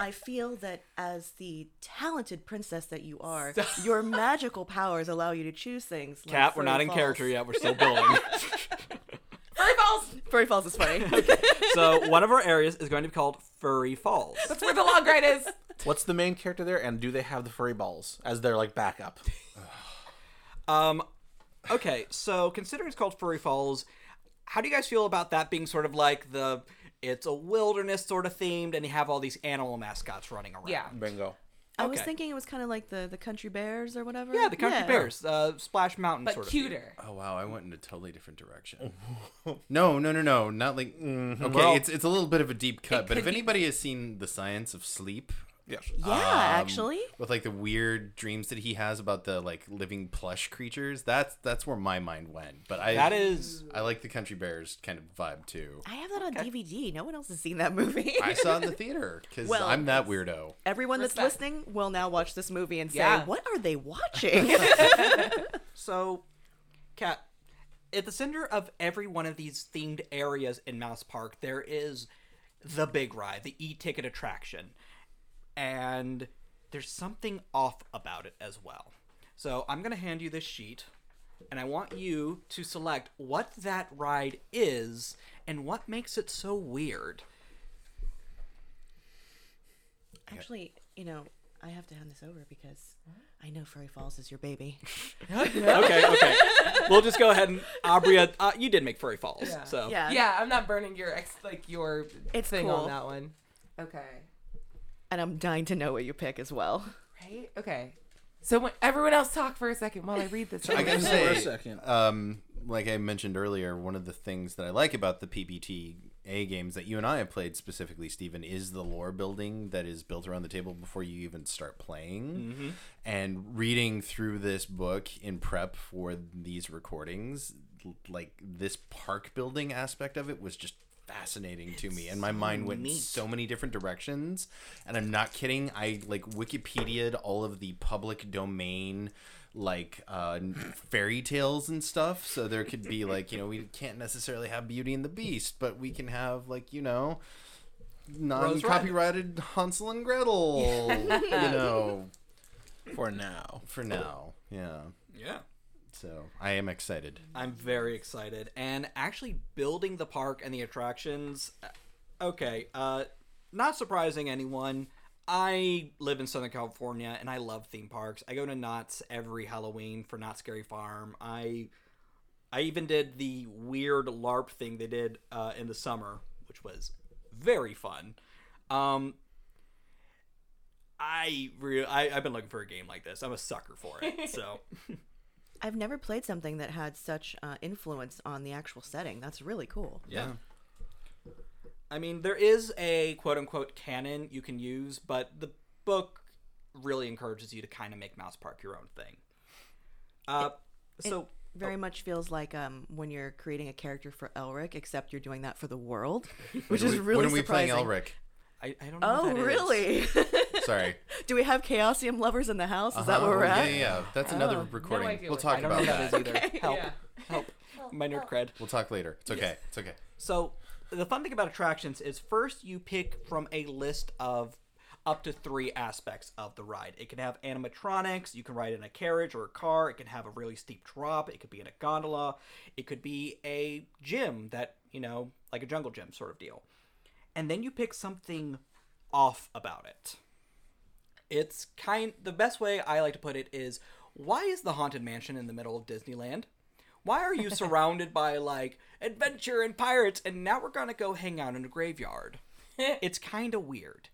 I feel that as the talented princess that you are, your magical powers allow you to choose things. Like
Kat, we're not
furry
in
falls.
character yet. We're still building.
Furry falls!
Furry falls is funny.
so one of our areas is going to be called Furry Falls.
That's where the log ride is.
What's the main character there, and do they have the furry balls as their like backup?
Um, okay, so considering it's called Furry Falls, how do you guys feel about that being sort of like the it's a wilderness sort of themed, and you have all these animal mascots running around?
Yeah.
Bingo.
I was
Okay.
thinking it was kind of like the, the country bears or whatever.
Yeah, the Country Bears, uh, Splash Mountain,
But
sort of. feel.
cuter.
Oh wow, I went in a totally different direction. no, no, no, no, not like. Okay,
Mm-hmm. Well-
it's it's a little bit of a deep cut, but
could
if anybody has seen the science of sleep,
Yeah.
Yeah,
um,
actually.
with like the weird dreams that he has about the like living plush creatures, that's that's where my mind went. But I
That is
I like the country bears kind of vibe too.
I have that on DVD. No one else has seen that movie.
I saw it in the theater because
Well,
I'm that weirdo.
Everyone that's
Respect.
listening will now watch this movie and say,
Yeah.
"What are they watching?"
so. Cat, at the center of every one of these themed areas in Mouse Park, there is the big ride, the e-ticket attraction, and there's something off about it as well. So I'm gonna hand you this sheet, and I want you to select what that ride is and what makes it so weird.
actually, you know, I have to hand this over because I know Furry Falls is your baby.
okay, okay. We'll just go ahead and Abria. Uh, you did make Furry Falls,
Yeah.
so
Yeah.
yeah, I'm not burning your ex like your
It's
thing
cool.
on Uh, that one. Okay.
And I'm dying to know what you pick as well.
Right? Okay. So when everyone else talk for a second while I read this.
I gotta say,
For a second.
Um, like I mentioned earlier, one of the things that I like about the PBTA games that you and I have played specifically, Stephen, is the lore building that is built around the table before you even start playing. And reading through this book in prep for these recordings, l- like this park building aspect of it was just fascinating to me and my mind went in so many different directions and i'm not kidding i like wikipedia'd all of the public domain like uh n- fairy tales and stuff so there could be like you know we can't necessarily have beauty and the beast but we can have like you know non-copyrighted hansel and gretel you know
For now.
for now yeah
yeah.
so i am excited
I'm very excited. And actually, building the park and the attractions. uh, Okay, uh, not surprising anyone. I live in Southern California and I love theme parks. I go to Knott's every Halloween for Knott's Scary Farm. I I even did the weird LARP thing they did uh, in the summer, which was very fun. Um, I, re- I I've been looking for a game like this. I'm a sucker for it. So
I've never played something that had such uh, influence on the actual setting. That's really cool.
Yeah. I mean, there is a quote unquote canon you can use, but the book really encourages you to kind of make Mouse Park your own thing. Uh, so,
Very much feels like um, when you're creating a character for Elric, except you're doing that for the world, which
When
is
are we-
really
when are we
surprising.
playing elric
I, I don't know. what
Oh,
that is.
really?
sorry
Do we have Chaosium lovers in the house? Is that
Uh-huh.
where we're
yeah,
at? Oh.
yeah yeah that's another recording
idea
we'll
what-
talk
I don't know
about
what
that
that is either. Help. Help. My nerd cred.
we'll talk later it's okay it's okay
So, the fun thing about attractions is first you pick from a list of up to three aspects of the ride. It can have animatronics, you can ride in a carriage or a car, it can have a really steep drop, it could be in a gondola, it could be a gym that, you know, like a jungle gym sort of deal. And then you pick something off about it. It's kind the best way I like to put it is why is the haunted mansion in the middle of Disneyland? Why are you surrounded by like adventure and pirates and now we're going to go hang out in a graveyard? it's kind of weird.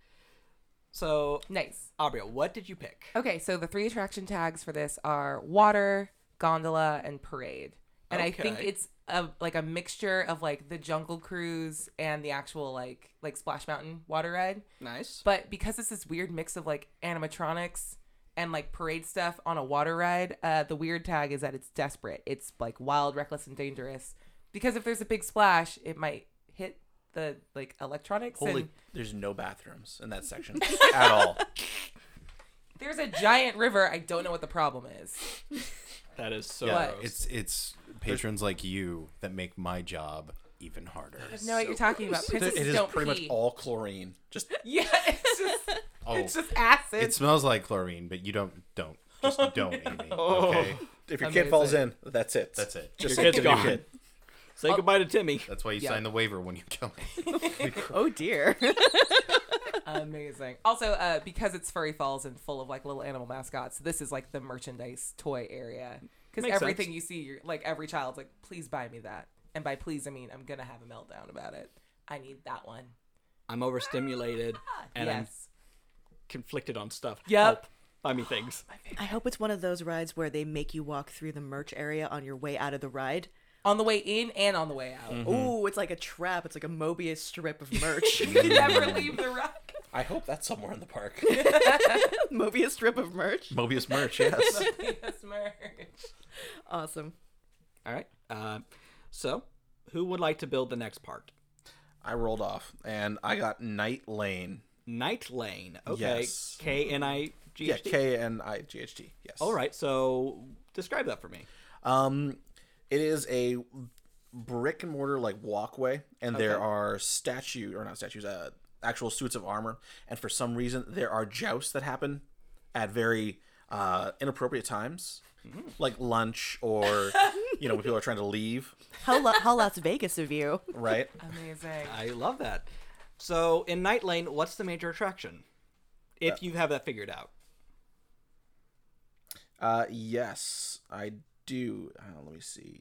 So,
nice.
Abria, what did you pick?
Okay, so the three attraction tags for this are water, gondola, and parade. And I think
Okay.
it's a, like a mixture of like the jungle cruise and the actual like like Splash Mountain water ride.
Nice.
But because it's this weird mix of like animatronics and like parade stuff on a water ride, uh, the weird tag is that it's desperate. It's like wild, reckless, and dangerous. Because if there's a big splash, it might hit the like electronics.
Holy,
And
there's no bathrooms in that section.
at all
there's a giant river. I don't know what the problem is.
That is so
Yeah, gross.
It's it's patrons like you that make my job even harder.
I have no idea what you're talking about.
it
Princesses
is
don't
pretty
pee.
much all chlorine. Just
Yeah, it's just
Oh,
it's just acid.
it smells like chlorine, but you don't don't just don't Amy. Okay,
if your kid falls in,
Amazing.
that's it.
that's it.
Just
Your kid's
give me your
gone.
kid.
Say goodbye to Timmy.
That's why you
Yeah.
sign the waiver when you kill me.
Oh dear.
Amazing. Also, uh, because it's Furry Falls and full of like little animal mascots, this is like the merchandise toy area. Because
Makes
everything
sense.
you see, you're, like every child's like, please buy me that. And by please, I mean I'm gonna have a meltdown about it. I need that one.
I'm overstimulated and I'm
yes.
conflicted on stuff.
Yep.
Help. I mean things.
I hope it's one of those rides where they make you walk through the merch area on your way out of the ride.
On the way in and on the way out.
Mm-hmm.
Ooh, it's like a trap. It's like a Mobius strip of merch.
You never leave the ride.
I hope that's somewhere in the park.
Mobius strip of merch.
Mobius merch, yes.
Yes, merch.
Awesome.
All right. Uh, so, who would like to build the next part?
I rolled off and I got Night Lane.
Night Lane. Okay.
Yes.
K N I G
Yeah,
H Oh, T.
K N I G H T. Yes.
All right. So describe that for me.
Um, it is a brick and mortar like walkway, and there are statue or not statues, uh, actual suits of armor. And for some reason, there are jousts that happen at very uh, inappropriate times, like lunch or you know when people are trying to leave,
How la- how Las Vegas of you?
right?
Amazing.
I love that. So in Night Lane, what's the major attraction? if you have that figured out.
Uh, yes, I do. Uh, let me see.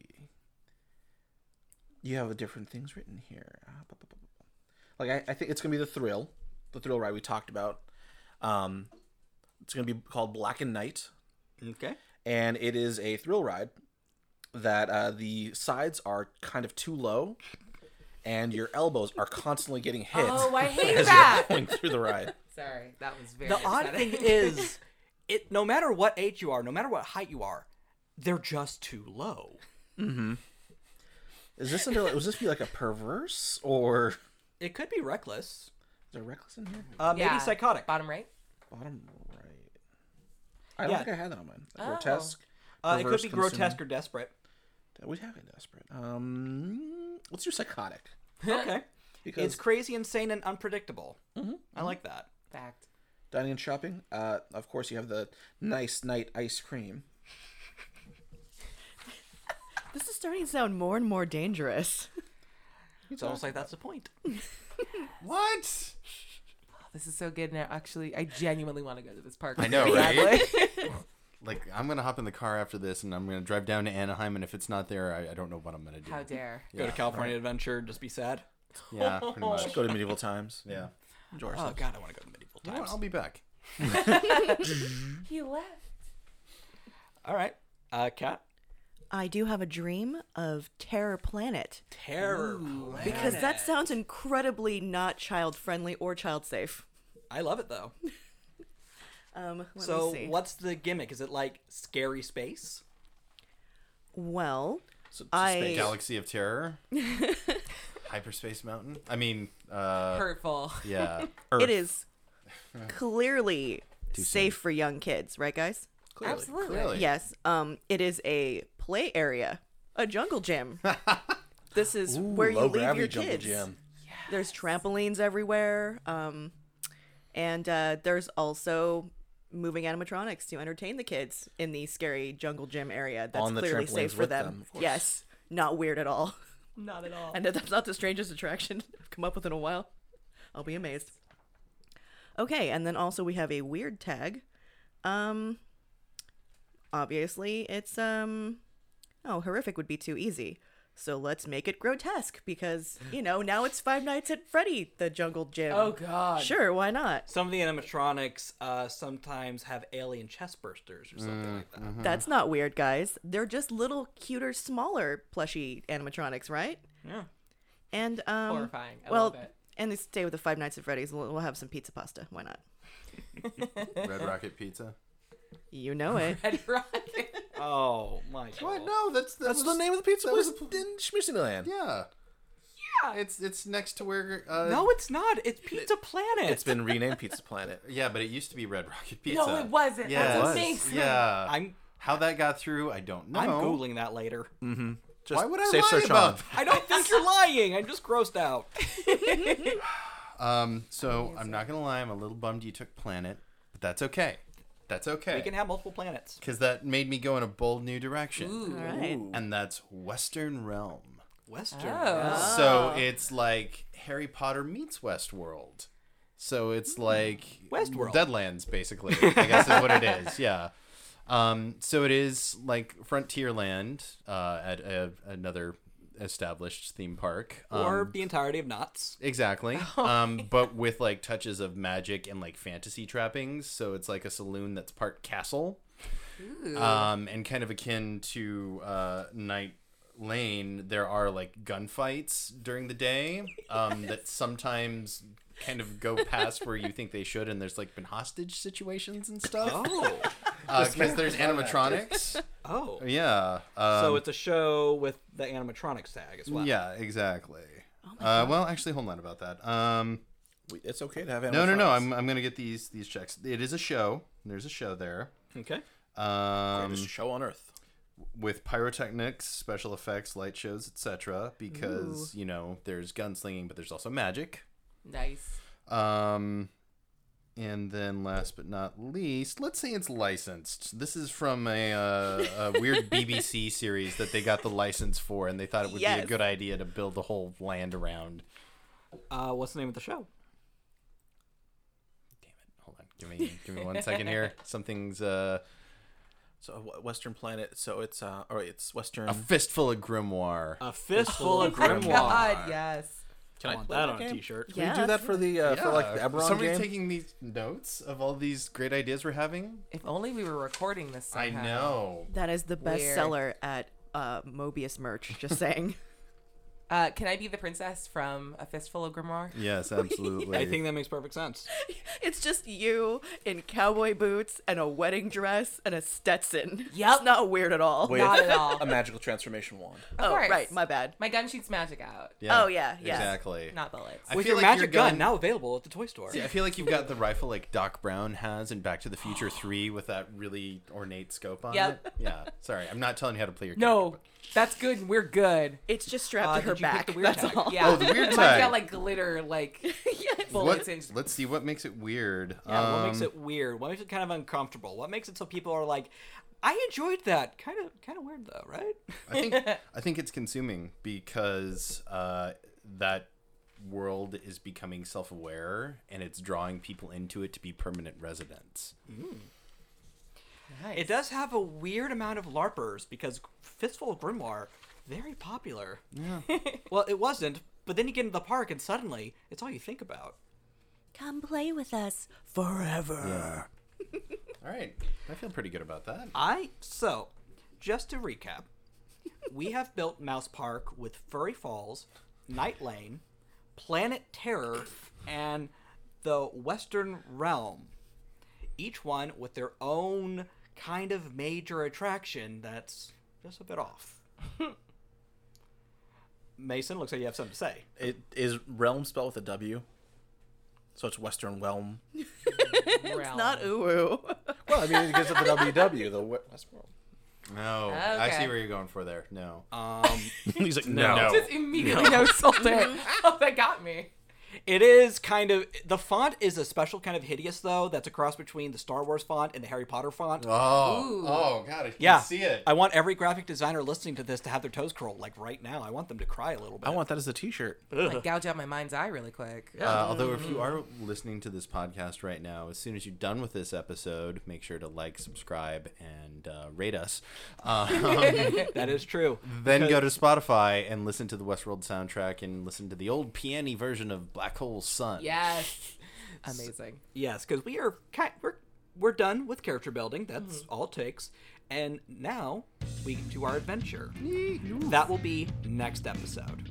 You have the different things written here. Uh, bu- bu- bu- bu- bu. Like I, I think it's gonna be the thrill, the thrill ride we talked about. Um, it's gonna be called Black and Night,
Okay.
and it is a thrill ride that uh, the sides are kind of too low, and your elbows are constantly getting hit
Oh, I hate
as
that.
you're going through the ride.
Sorry, that was very.
The odd
upsetting.
thing is, it no matter what age you are, no matter what height you are, they're just too low.
Is this under, was this be like a perverse or is
It could be reckless.
there reckless in here?
Uh, maybe
Yeah.
psychotic.
bottom right.
Bottom right. I don't
Yeah.
think I had that on mine. Grotesque.
Uh, it could
perverse,
be
consuming.
grotesque or desperate.
Did We have it desperate. Um, let's do psychotic
Okay.
because
it's crazy, insane, and unpredictable. I like that.
Fact.
dining and shopping. Uh, of course you have the nice night ice cream.
This is starting to sound more and more dangerous.
It's almost like that's the point.
What?
Oh, this is so good now. Actually, I genuinely want to go to this park.
I know, right? like, I'm going to hop in the car after this and I'm going to drive down to Anaheim, and if it's not there, I, I don't know what I'm going to do.
How dare.
Go to California Adventure, just be sad.
Yeah, pretty
oh.
much.
Go to medieval times.
Yeah.
Enjoy
Oh
ourselves.
god, I want to go to medieval
You know what?
times.
I'll be back.
He left.
All right, uh, cat
I do have a dream of Terror Planet
terror Planet.
because that sounds incredibly not child friendly or child safe.
I love it though.
Um, let
so
me see.
what's the gimmick? Is it like scary space?
Well,
So- so
I-
space.
Galaxy of Terror. Hyperspace Mountain. I mean, uh,
Hurtful.
yeah.
it is clearly safe for young kids, right, guys?
Clearly.
Absolutely.
Clearly.
Yes. Um, it is a play area, a jungle gym. this is where you
low
leave
gravity
your
jungle
kids.
gym.
There's trampolines everywhere. Um, and uh, there's also moving animatronics to entertain the kids in the scary jungle gym area. That's
On the
clearly
trampolines
safe for
with
them.
them, of course.
yes. Not weird at all.
Not at all.
I know that's not the strangest attraction I've come up with in a while. I'll be amazed. Okay, and then also we have a weird tag. Um obviously it's um oh, horrific would be too easy. So let's make it grotesque because, you know, now it's Five Nights at Freddy, the jungle gym.
Oh god.
Sure, why not?
Some of the animatronics uh, sometimes have alien chest bursters or something like that.
Uh-huh.
Mm-hmm.
That's not weird, guys. They're just little cuter, smaller plushy animatronics, right?
Yeah.
And um
Horrifying. I
well,
love it.
and they stay with the Five Nights at Freddy's. We'll, we'll have some pizza pasta. Why not?
Red Rocket Pizza.
You know it.
Red Rocket.
Oh my
What?
god.
No, that's that
That's the
was-
name of the pizza
that was-
place in Schmissyland.
Yeah. Yeah. It's it's next to where. Uh,
No, it's not. It's Pizza Planet.
It's been renamed Pizza Planet.
Yeah, but it used to be Red Rocket Pizza.
no, it wasn't.
Yeah.
That's
Oh, it was.
amazing.
Yeah.
I'm
How that got through, I don't know.
I'm googling that later.
Mm.
Just
Why would I
safe
lie
search
about
on.
that?
I don't think you're lying. I'm just grossed out.
Um, so I'm not gonna lie, I'm a little bummed you took Planet, but that's okay. That's
We can
okay.
have multiple planets.
Because that made me go in a bold new direction,
All right.
and that's Western Realm.
Western. Oh.
So it's like Harry Potter meets Westworld. So it's like
Hmm. Westworld.
Deadlands, basically. I guess is what it is. Yeah. Um, so it is like Frontierland uh, at a, another established theme park. Um,
or the entirety of knots.
Exactly. um, but with like touches of magic and like fantasy trappings. So it's like a saloon that's part castle. Um, and kind of akin to uh, Night Lane, there are like gunfights during the day um, that sometimes kind of go past where you think they should. And there's like been hostage situations and stuff.
Oh.
Because there's animatronics.
Oh.
yeah. Um,
So it's a show with the animatronics tag as well.
Yeah, exactly. uh, well, actually, hold on about that. Um,
We- It's okay to have animal
No, no, no.
fries.
I'm, I'm gonna get these these checks. It is a show. There's a show there.
Okay.
Um,
Greatest show on earth.
with pyrotechnics, special effects, light shows, etc. Because you know there's gunslinging, but there's also magic.
Nice.
Um, and then last but not least, let's say it's licensed. This is from a, uh, a weird BBC series that they got the license for, and they thought it would be a
Yes.
good idea to build the whole land around.
Uh, what's the name of the show?
Damn it! Hold on. Give me give me one second here. Something's uh,
So w- Western Planet. So it's uh, or it's Western.
a fistful of grimoire.
A fistful of
Oh my
grimoire.
God, yes.
Can
want
play
that
that
on a
game?
t-shirt.
Can we do that for the uh, for like the Eberron
Somebody
game?
taking these notes of all these great ideas we're having.
If only we were recording this. Somehow.
I know.
That is the best
Weird.
seller at uh, Mobius merch. Just saying.
Uh, can I be the princess from A Fistful of Grimoire?
Yes, absolutely.
I think that makes perfect sense.
it's just you in cowboy boots and a wedding dress and a Stetson.
Yep.
It's not weird at all.
With
Not at all.
a magical transformation wand.
Of
oh,
course.
right. My bad.
My gun shoots magic out,
Oh, yeah, yeah.
Exactly.
not bullets.
I
With
feel
your
like
magic
you're
gun
going-
now available at the toy store.
Yeah, I feel like you've got the rifle like Doc Brown has in Back to the Future 3 with that really ornate scope on
Yep.
it. Yeah. Sorry, I'm not telling you how to play your
no,
character,
that's good. We're good.
It's just strapped
Uh,
to her
did you pick
back.
the weird
That's
tag?
all.
Yeah.
Oh, the weird
Mine's
type.
got like glitter, like
but
bullets.
What-
And...
let's see what makes it weird.
Yeah, what makes
Um,
it weird? What makes it kind of uncomfortable? What makes it so people are like, I enjoyed that. Kind of kind of weird though, right?
I think I think it's consuming because uh, that world is becoming self-aware and it's drawing people into it to be permanent residents.
It does have a weird amount of LARPers because Fistful of Grimoire, very popular. Yeah. well, it wasn't, but then you get into the park and suddenly it's all you think about.
Come play with us forever.
All right. I feel pretty good about that.
I so just to recap, we have built Mouse Park with Furry Falls, Night Lane, Planet Terror, and the Western Realm. Each one with their own kind of major attraction that's just a bit off. Mason, looks like you have something to say.
It is realm spelled with a W. So it's Western Realm.
Realm.
Not uwu.
Well, I mean, because of the WW, the we- Westworld.
No. I see
Okay.
where you're going for there. No.
Um,
He's like,
No.
no.
Just immediately no. sold it. oh, that got me.
It is kind of the font is a special kind of hideous though. That's a cross between the Star Wars font and the Harry Potter font.
Oh.
Ooh.
Oh god, I can
Yeah,
see it.
I want every graphic designer listening to this to have their toes curled like right now. I want them to cry a little bit.
I want that as a T-shirt.
Like gouge out my mind's eye really quick.
Uh, although, if you are listening to this podcast right now, as soon as you're done with this episode, make sure to like, subscribe, and uh, rate us. Um,
that is true.
then go to Spotify and listen to the Westworld soundtrack and listen to the old peony version of Black Hole Sun.
Yes. Amazing.
Yes, because we are ki we're we're done with character building. That's all it takes. And now we do our adventure. That will be next episode.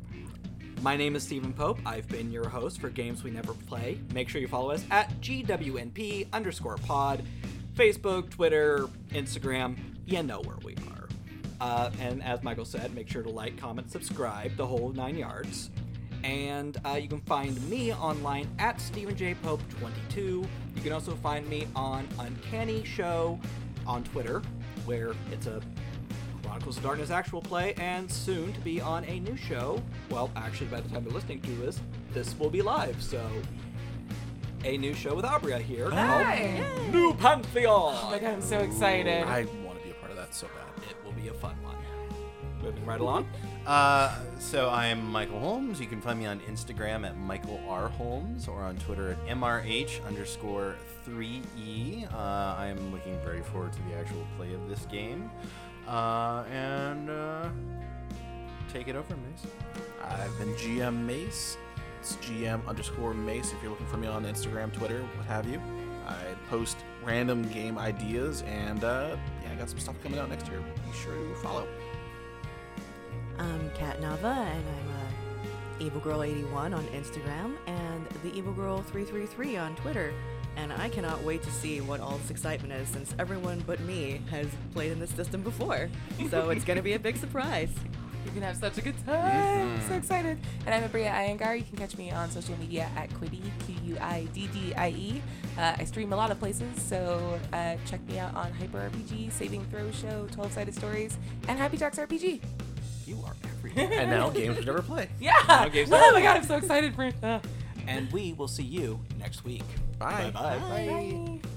My name is Stephen Pope. I've been your host for Games We Never Play. Make sure you follow us at GWNP underscore pod, Facebook, Twitter, Instagram. You know where we are. Uh, and as Michael said, make sure to like, comment, subscribe, the whole nine yards. And uh, you can find me online at Stephen J. Pope22. You can also find me on Uncanny Show on Twitter, where it's a Chronicles of Darkness actual play, and soon to be on a new show. Well, actually, by the time you're listening to this, this will be live, so a new show with Abria here
Hi.
called New Pantheon.
Oh my god, I'm so excited.
I want to be a part of that so bad.
It will be a fun one. Moving right along.
Uh, so I'm Michael Holmes. You can find me on Instagram at Michael R Holmes or on Twitter at MRH underscore three E. Uh, I'm looking very forward to the actual play of this game. Uh, and uh, take it over, Mason.
I've been GM Mace. It's GM underscore Mace if you're looking for me on Instagram, Twitter, what have you. I post random game ideas, and uh, yeah, I got some stuff coming out next year. Be sure to follow.
I'm Kat Nava, and I'm uh, Evil Girl 81 on Instagram and the Evil Girl 333 on Twitter. And I cannot wait to see what all this excitement is, since everyone but me has played in this system before. So it's going to be a big surprise.
You're gonna have such a good time.
Mm-hmm.
So excited. And I'm Abria Iyengar. You can catch me on social media at Quiddy, Q U I D D I E. Uh, I stream a lot of places, so uh, check me out on Hyper RPG, Saving Throw Show, 12 Sided Stories, and Happy Jacks RPG.
You are everywhere.
And now, games we never play.
Yeah!
Okay, so-
oh my god, I'm so excited for uh,
and we will see you next week.
Bye.
Bye-bye.
bye.